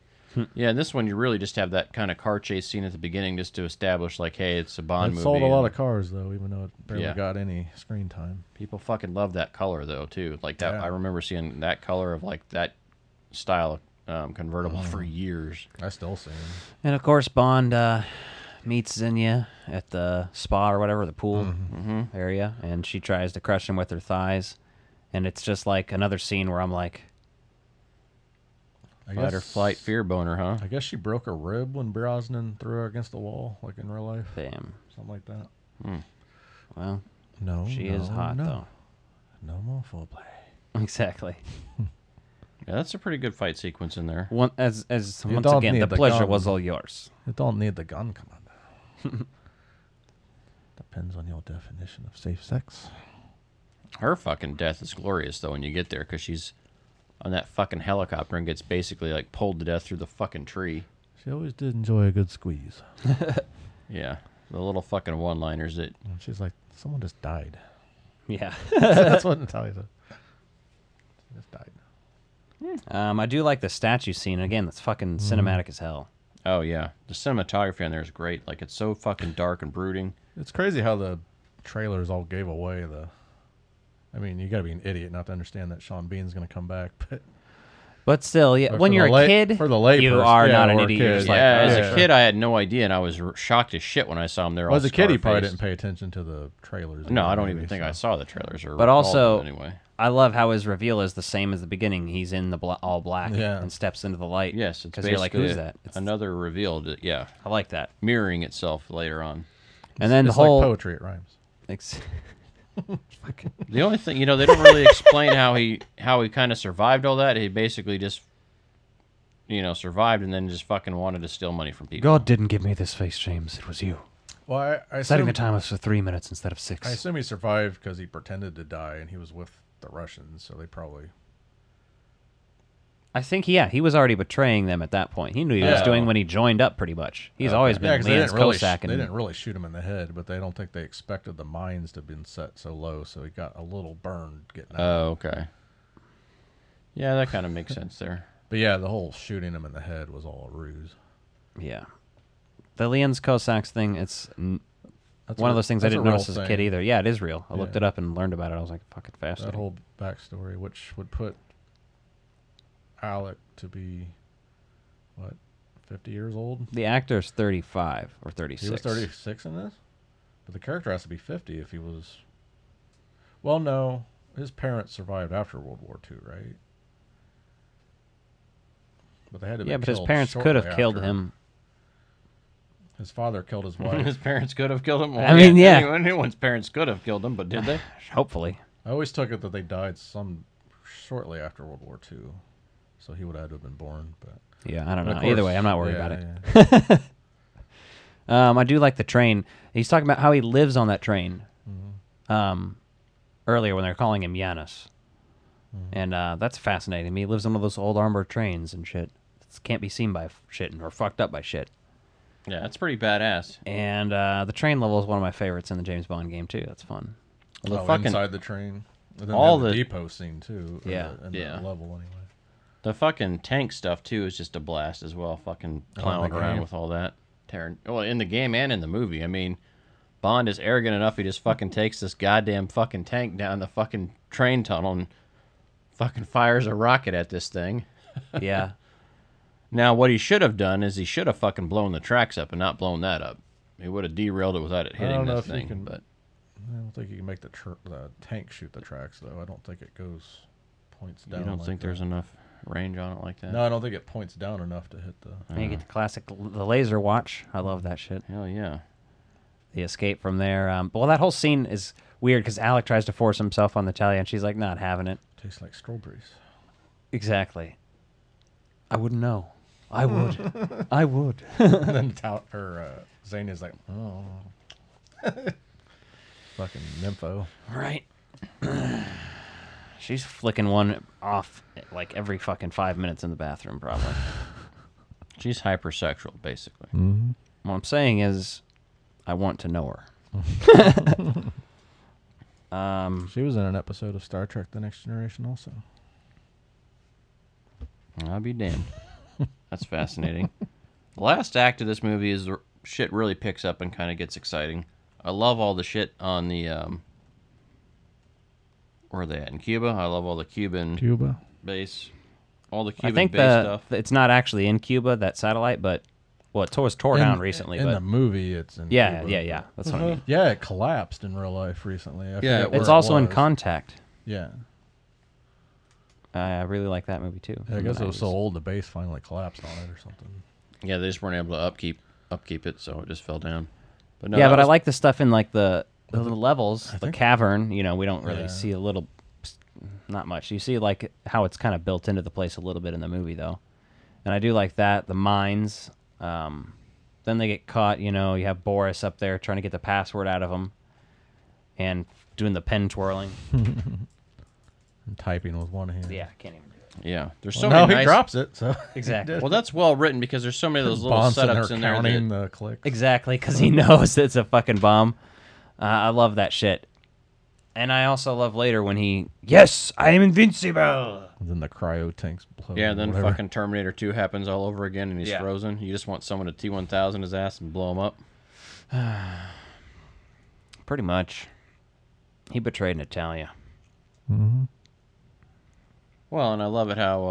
Speaker 2: Yeah, in this one, you really just have that kind of car chase scene at the beginning just to establish, like, hey, it's a Bond
Speaker 3: it
Speaker 2: movie.
Speaker 3: sold a lot
Speaker 2: and
Speaker 3: of cars though, even though it barely
Speaker 2: Yeah.
Speaker 3: got any screen time.
Speaker 2: People fucking love that color, though, too. Like, that.
Speaker 3: Yeah.
Speaker 2: I remember seeing that color of, like, that style of um, convertible
Speaker 3: Mm.
Speaker 2: for years.
Speaker 3: I still see 'em.
Speaker 5: And of course, Bond uh, meets Zinnia at the spa or whatever, the pool
Speaker 3: Mm-hmm.
Speaker 5: area, and she tries to crush him with her thighs. And it's just like another scene where I'm like,
Speaker 3: I
Speaker 2: Fight or flight fear boner, huh?
Speaker 3: I guess she broke a rib when Brosnan threw her against the wall, like in real life,
Speaker 5: bam.
Speaker 3: something like that.
Speaker 5: Well,
Speaker 3: Oh, No,
Speaker 5: she is
Speaker 3: no,
Speaker 5: hot,
Speaker 3: no.
Speaker 5: though. [LAUGHS]
Speaker 3: No more foreplay.
Speaker 5: Exactly.
Speaker 2: Yeah, that's a pretty good fight sequence in there.
Speaker 5: One, as as once
Speaker 3: don't
Speaker 5: again,
Speaker 3: need
Speaker 5: the
Speaker 3: the
Speaker 5: pleasure
Speaker 3: gun.
Speaker 5: was all yours.
Speaker 3: You don't need the gun, come on. [LAUGHS] Now. Depends on your definition of safe sex.
Speaker 2: Her fucking death is glorious though when you get there because she's on that fucking helicopter and gets basically like pulled to death through the fucking tree.
Speaker 3: She always did enjoy a good squeeze.
Speaker 2: Yeah, the little fucking one-liners that
Speaker 3: And she's like, someone just died. [LAUGHS]
Speaker 5: [LAUGHS] Yeah.
Speaker 3: That's what Natalia said. She just died.
Speaker 5: um, I do like the statue scene. Again, that's fucking
Speaker 3: Mm-hmm.
Speaker 5: cinematic as hell.
Speaker 2: oh yeah, the cinematography on there is great. Like it's so fucking dark and brooding.
Speaker 3: It's crazy how the trailers all gave away the. I mean, you got to be an idiot not to understand that Sean Bean's going to come back, [LAUGHS] but
Speaker 5: But still, yeah,
Speaker 3: But
Speaker 5: when
Speaker 3: for
Speaker 5: you're a
Speaker 3: the lay-
Speaker 5: kid,
Speaker 3: for the lay
Speaker 5: you
Speaker 3: person-
Speaker 5: are
Speaker 3: yeah,
Speaker 5: not an
Speaker 3: or a
Speaker 5: idiot.
Speaker 3: kid,
Speaker 5: You're just like,
Speaker 2: yeah, as
Speaker 5: "Oh,
Speaker 2: a kid I had no idea and I was r- shocked as shit when I saw him there.
Speaker 3: Well,
Speaker 2: all
Speaker 3: as a kid, he probably
Speaker 2: scarfaced.
Speaker 3: didn't pay attention to the trailers.
Speaker 2: No,
Speaker 3: either,
Speaker 2: I don't
Speaker 3: maybe,
Speaker 2: even think
Speaker 3: so.
Speaker 2: I saw the trailers or.
Speaker 5: But
Speaker 2: recalled
Speaker 5: also-
Speaker 2: them anyway.
Speaker 5: I love how his reveal is the same as the beginning. He's in the bla all black
Speaker 3: Yeah.
Speaker 5: and steps into the light.
Speaker 2: Yes, it's
Speaker 5: because you're like,
Speaker 2: basically
Speaker 5: who's that? It's,
Speaker 2: another reveal. that- yeah,
Speaker 5: I like that.
Speaker 2: mirroring itself later on.
Speaker 5: And then
Speaker 3: It's
Speaker 5: the whole
Speaker 3: like poetry. It rhymes.
Speaker 5: ex- [LAUGHS]
Speaker 2: The only thing you know, they don't really explain how he how he kind of survived all that. He basically just you know survived and then just fucking wanted to steal money from people.
Speaker 5: God didn't give me this face, James. It was you.
Speaker 3: Well, I, I
Speaker 5: Setting
Speaker 3: assume,
Speaker 5: the time was for three minutes instead of six.
Speaker 3: I assume he survived because he pretended to die and he was with the Russians, so they probably.
Speaker 5: I think, yeah, he was already betraying them at that point. He knew he was
Speaker 2: Yeah.
Speaker 5: doing when he joined up, pretty much. He's always
Speaker 3: Yeah,
Speaker 5: been
Speaker 3: 'cause they
Speaker 5: Leon's
Speaker 3: didn't really sh-
Speaker 5: Cossack.
Speaker 3: they
Speaker 5: and
Speaker 3: didn't really shoot him in the head, but they don't think they expected the mines to have been set so low, so he got a little burned getting out.
Speaker 5: Uh,
Speaker 2: Oh, okay. Yeah, that kind of makes sense there. [LAUGHS]
Speaker 3: but yeah, the whole shooting him in the head was all a ruse.
Speaker 5: Yeah. The Leon's Cossacks thing, it's n-
Speaker 3: That's
Speaker 5: one
Speaker 3: a-
Speaker 5: of those things I
Speaker 3: that's a
Speaker 5: didn't
Speaker 3: real
Speaker 5: notice as a
Speaker 3: thing.
Speaker 5: kid either. Yeah, it is real. I looked
Speaker 3: Yeah.
Speaker 5: it up and learned about it. I was like, fucking
Speaker 3: That
Speaker 5: fascinating.
Speaker 3: whole backstory, which would put Alec to be, what, 50 years old?
Speaker 5: The actor's 35 or 36.
Speaker 3: He was 36 in this? But the character has to be 50 if he was. Well, no. His parents survived after World War II, right? But they had to
Speaker 5: Yeah,
Speaker 3: be
Speaker 5: but his
Speaker 3: killed
Speaker 5: parents could have
Speaker 3: shortly
Speaker 5: killed
Speaker 3: after.
Speaker 5: him.
Speaker 3: His father killed
Speaker 5: [LAUGHS]
Speaker 3: his
Speaker 2: His
Speaker 3: wife.
Speaker 2: parents could have killed him. Well,
Speaker 5: I mean, yeah.
Speaker 2: anyone- anyone's parents could have killed him, but did they?
Speaker 5: Hopefully.
Speaker 3: I always took it that they died some shortly after World War II. So he would have had to have been born, but
Speaker 5: Yeah, I don't
Speaker 3: but
Speaker 5: know.
Speaker 3: of
Speaker 5: Uh, Either
Speaker 3: course-
Speaker 5: way, I'm not worried
Speaker 3: yeah,
Speaker 5: about it.
Speaker 3: yeah.
Speaker 5: Um, I do like the train. He's talking about how he lives on that train.
Speaker 3: Mm-hmm.
Speaker 5: Um, earlier when they were calling him Yanis,
Speaker 3: Mm-hmm.
Speaker 5: and uh, that's fascinating. He lives on one of those old armored trains and shit. It can't be seen by f- shit and- or fucked up by shit.
Speaker 2: Yeah, that's pretty badass.
Speaker 5: And uh, the train level is one of my favorites in the James Bond game too. That's fun.
Speaker 2: The
Speaker 3: Oh,
Speaker 2: fucking
Speaker 3: inside the train. And then
Speaker 2: all
Speaker 3: all the,
Speaker 2: the-
Speaker 3: depot scene too. in
Speaker 5: Yeah,
Speaker 3: the- in the
Speaker 2: yeah.
Speaker 3: level anyway.
Speaker 2: the fucking tank stuff too is just a blast as well. Fucking
Speaker 3: Oh, in
Speaker 2: plowing
Speaker 3: the
Speaker 2: around
Speaker 3: game.
Speaker 2: with all that. Tearing well in the game and in the movie. I mean, Bond is arrogant enough he just fucking takes this goddamn fucking tank down the fucking train tunnel and fucking fires a rocket at this thing.
Speaker 3: [LAUGHS]
Speaker 5: Yeah,
Speaker 2: Now what he should have done is he should have fucking blown the tracks up and not blown that up. He would have derailed it without it
Speaker 3: don't
Speaker 2: hitting
Speaker 3: know
Speaker 2: this
Speaker 3: if you
Speaker 2: thing.
Speaker 3: can-
Speaker 2: But
Speaker 3: I don't think you can make the, tr- the tank shoot the tracks though. I don't think it goes points down.
Speaker 2: you don't
Speaker 3: like
Speaker 2: think
Speaker 3: that.
Speaker 2: there's enough range on it like that?
Speaker 3: No, I don't think it points down enough to hit the.
Speaker 5: And you get the classic, l- the laser watch. I love that shit.
Speaker 2: Hell yeah.
Speaker 5: The escape from there. Um, well, that whole scene is weird because Alec tries to force himself on Natalia, and she's like, not having it.
Speaker 3: Tastes like strawberries. [LAUGHS]
Speaker 5: Exactly. I wouldn't know. I would. I would.
Speaker 3: And then tout her uh, Zane is like, oh, [LAUGHS] fucking nympho.
Speaker 5: [LAUGHS] Right. She's flicking one off like every fucking five minutes in the bathroom, probably.
Speaker 2: She's hypersexual, basically.
Speaker 5: what I'm saying is, I want to know her.
Speaker 3: She was in an episode of Star Trek: The Next Generation, also.
Speaker 2: I'll be damned. [LAUGHS] That's fascinating. the last act of this movie is r- shit really picks up and kind of gets exciting. I love all the shit on the um where are they at in Cuba? I love all the Cuban
Speaker 3: Cuba.
Speaker 2: base, all the
Speaker 5: I
Speaker 2: Cuban
Speaker 5: think
Speaker 2: base
Speaker 5: the
Speaker 2: stuff.
Speaker 5: it's not actually in Cuba that satellite, but well, it was tore down recently.
Speaker 3: in
Speaker 5: but
Speaker 3: the movie, it's in
Speaker 5: yeah,
Speaker 3: Cuba.
Speaker 5: yeah, yeah. That's what I mean.
Speaker 3: Yeah, it collapsed in real life recently. I
Speaker 2: Yeah,
Speaker 3: forget
Speaker 2: it
Speaker 3: where
Speaker 5: It's
Speaker 3: it
Speaker 5: also in
Speaker 3: was.
Speaker 5: Contact.
Speaker 3: Yeah,
Speaker 5: I I really like that movie too.
Speaker 3: Yeah, I
Speaker 5: from
Speaker 3: guess
Speaker 5: the
Speaker 3: it was so
Speaker 5: 90s.
Speaker 3: old the base finally collapsed on it or something.
Speaker 2: yeah, they just weren't able to upkeep upkeep it, so it just fell down. But no,
Speaker 5: yeah,
Speaker 2: that
Speaker 5: but I
Speaker 2: was-
Speaker 5: like the stuff in like the the little levels, the
Speaker 3: think-
Speaker 5: cavern. You know, we don't really
Speaker 3: Yeah.
Speaker 5: see a little, not much. You see like how it's kind of built into the place a little bit in the movie though, and I do like that. The mines. Um, then they get caught. You know, you have Boris up there trying to get the password out of him, and doing the pen twirling. [LAUGHS]
Speaker 3: And typing with one hand.
Speaker 5: yeah, I can't even do it.
Speaker 2: yeah. There's so
Speaker 3: So no,
Speaker 2: many
Speaker 3: he
Speaker 2: nice-
Speaker 3: drops
Speaker 2: [LAUGHS]
Speaker 3: it. So
Speaker 5: Exactly.
Speaker 2: Well, that's well written because there's so many of those little
Speaker 3: Bond's in
Speaker 2: setups
Speaker 3: there
Speaker 2: in there. that-
Speaker 3: counting the clicks.
Speaker 5: Exactly, because he [LAUGHS] knows it's a fucking bomb. Uh, I love that shit. And I also love later when he, yes, I am invincible.
Speaker 3: And then the cryo tanks blow.
Speaker 2: Yeah,
Speaker 3: and
Speaker 2: then
Speaker 3: whatever.
Speaker 2: fucking Terminator 2 happens all over again and he's
Speaker 5: Yeah.
Speaker 2: frozen. You just want someone to T1000 his ass and blow him up.
Speaker 5: Pretty much. He betrayed Natalia.
Speaker 2: Well, and I love it how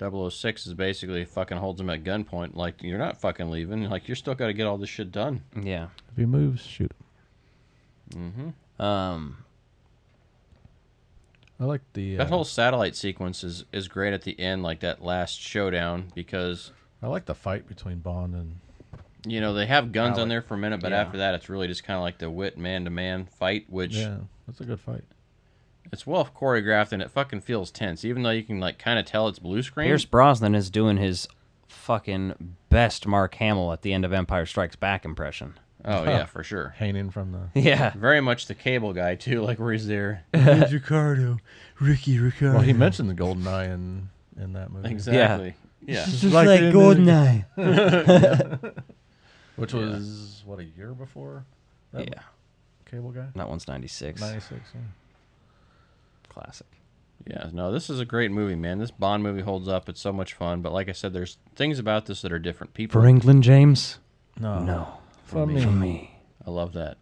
Speaker 2: uh, 006 is basically fucking holds him at gunpoint. Like, you're not fucking leaving. Like, you're still got to get all this shit done.
Speaker 5: Yeah.
Speaker 3: If he moves, shoot him.
Speaker 2: Mm-hmm.
Speaker 5: Um.
Speaker 3: I like the.
Speaker 2: That
Speaker 3: uh,
Speaker 2: whole satellite sequence is, is great at the end, like that last showdown, because,
Speaker 3: uh, I like the fight between Bond and
Speaker 2: you know, they have guns on
Speaker 3: Alec.
Speaker 2: there for a minute, but
Speaker 5: Yeah.
Speaker 2: after that, it's really just kind of like the wit man to man fight, which
Speaker 3: yeah, that's a good fight.
Speaker 2: it's well choreographed and it fucking feels tense, even though you can, like, kind of tell it's blue screen.
Speaker 5: Pierce Brosnan is doing his fucking best Mark Hamill at the end of Empire Strikes
Speaker 2: [LAUGHS]
Speaker 5: Back impression.
Speaker 2: Oh, yeah, for sure.
Speaker 3: Hanging from the
Speaker 5: Yeah.
Speaker 2: Very much the cable guy, too, like, where he's there.
Speaker 3: Ricardo, Ricky Ricardo. [LAUGHS] Well,
Speaker 2: [LAUGHS]
Speaker 3: he mentioned the golden eye in in that movie,
Speaker 2: Exactly. Yeah.
Speaker 3: Just like like Goldeneye.
Speaker 5: Goldeneye.
Speaker 3: which was what a year before that
Speaker 5: Yeah.
Speaker 3: cable guy.
Speaker 5: That one's 96.
Speaker 3: Ninety six. Yeah.
Speaker 5: Classic.
Speaker 2: Yeah. No, this is a great movie, man. This Bond movie holds up. It's so much fun. But like I said, there's things about this that are different. People.
Speaker 5: For England, James?
Speaker 3: No,
Speaker 5: No.
Speaker 3: for me.
Speaker 5: For me.
Speaker 2: I love that.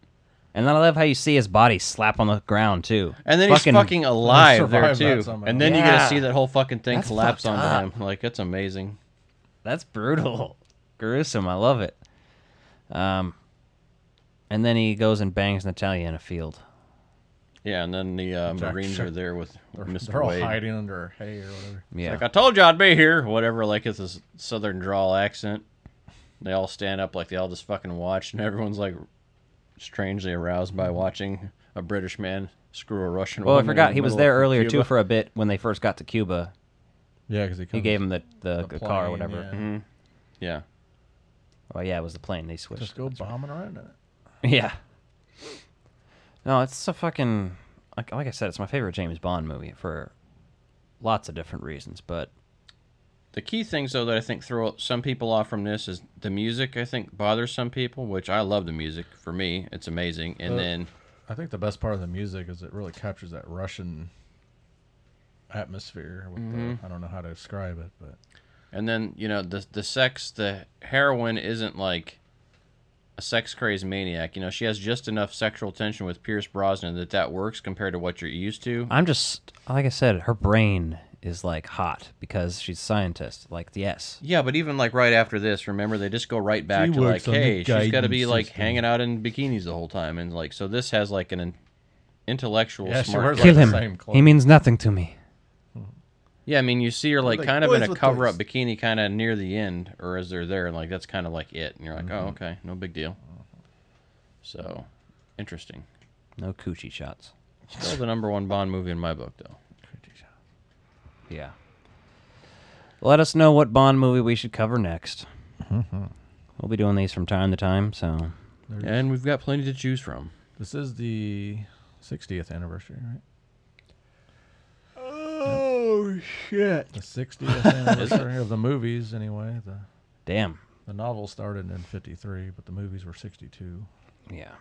Speaker 5: And then I love how you see his body slap on the ground too.
Speaker 2: And then he's fucking alive there
Speaker 3: survived that
Speaker 2: too.
Speaker 3: somehow.
Speaker 2: And then you
Speaker 5: Yeah.
Speaker 2: gotta see that whole fucking thing
Speaker 5: That's
Speaker 2: collapse
Speaker 5: fucked
Speaker 2: onto
Speaker 5: up.
Speaker 2: him. Like that's amazing.
Speaker 5: That's brutal, [LAUGHS] gruesome. I love it. Um, and then he goes and bangs Natalia in a field.
Speaker 2: Yeah. And then the uh,
Speaker 3: Jack
Speaker 2: Marines
Speaker 3: Sharp-
Speaker 2: are there with
Speaker 3: They're,
Speaker 2: Mr.
Speaker 3: they're all
Speaker 2: Wade.
Speaker 3: hiding under hay or whatever.
Speaker 5: Yeah,
Speaker 2: Like I told you I'd be here. Whatever. Like it's this southern drawl accent. They all stand up like they all just fucking watch, and everyone's like strangely aroused by watching a British man screw a Russian.
Speaker 5: well, I
Speaker 2: woman in
Speaker 5: forgot
Speaker 2: the
Speaker 5: he was
Speaker 2: middle
Speaker 5: there
Speaker 2: of
Speaker 5: earlier too
Speaker 2: Cuba.
Speaker 5: for a bit when they first got to Cuba.
Speaker 3: Yeah, because he,
Speaker 5: He
Speaker 3: comes-
Speaker 5: gave him the the,
Speaker 3: the
Speaker 5: car or
Speaker 3: plane,
Speaker 5: whatever.
Speaker 3: yeah.
Speaker 2: Yeah.
Speaker 5: Oh yeah, it was the plane they switched. [LAUGHS]
Speaker 3: Just go bombing around in it.
Speaker 5: Yeah. No, it's a fucking like, like I said, it's my favorite James Bond movie for lots of different reasons, but
Speaker 2: The key things, though, that I think throw some people off from this is the music. I think bothers some people, which I love the music. For me, it's amazing. And
Speaker 3: Uh,
Speaker 2: then,
Speaker 3: I think the best part of the music is it really captures that Russian atmosphere. With the, I don't know how to describe it, but
Speaker 2: and then you know the the sex, the heroine isn't like a sex crazed maniac. You know, she has just enough sexual tension with Pierce Brosnan that that works compared to what you're used to.
Speaker 5: I'm just like I said, her brain is like hot because she's a scientist. Like yes,
Speaker 2: Yeah, but even like right after this, remember they just go right back
Speaker 3: She
Speaker 2: to like,
Speaker 3: works on the
Speaker 2: hey, she's got to be
Speaker 3: guidance
Speaker 2: like
Speaker 3: system.
Speaker 2: hanging out in bikinis the whole time, and like so this has like an in- intellectual
Speaker 3: Yeah, she
Speaker 2: smart.
Speaker 3: wears,
Speaker 2: guy.
Speaker 3: like, Kill the him. same He clothes.
Speaker 5: means nothing to me.
Speaker 2: Yeah, I mean, you see her like
Speaker 3: like,
Speaker 2: kind of in
Speaker 3: "Boys
Speaker 2: a
Speaker 3: with
Speaker 2: cover up
Speaker 3: toys."
Speaker 2: bikini, kind of near the end, or as they're there, and like that's kind of like it, and you're like,
Speaker 3: Mm-hmm.
Speaker 2: oh, okay, no big deal. So,
Speaker 3: [LAUGHS]
Speaker 2: interesting.
Speaker 5: No coochie shots.
Speaker 2: Still the number one Bond movie in my book, though.
Speaker 5: Yeah. Let us know what Bond movie we should cover next. Mm-hmm. We'll be doing these from time to time, so
Speaker 2: And we've got plenty to choose from.
Speaker 3: This is the 60th anniversary, right? Oh shit! The 60th [LAUGHS] anniversary of the movies, anyway. The
Speaker 5: damn.
Speaker 3: the novel started in '53, but the movies were '62.
Speaker 5: Yeah.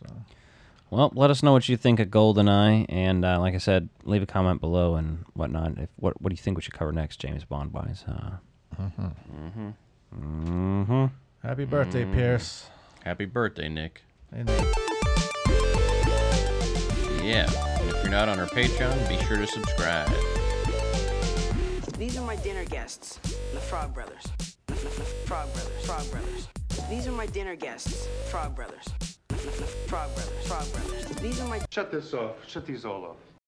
Speaker 3: So
Speaker 5: Well, let us know what you think of GoldenEye, and uh, like I said, leave a comment below and whatnot. If what what do you think we should cover next, James Bond wise? Uh,
Speaker 3: happy birthday, Pierce!
Speaker 2: Happy birthday, Nick.
Speaker 3: And I
Speaker 2: Yeah. And if you're not on our Patreon, be sure to subscribe.
Speaker 7: These are my dinner guests, the Frog Brothers. Frog Brothers, Frog Brothers. These are my dinner guests, Frog Brothers. Frog Brothers, Frog Brothers. These are my
Speaker 8: Shut this off. Shut these all off.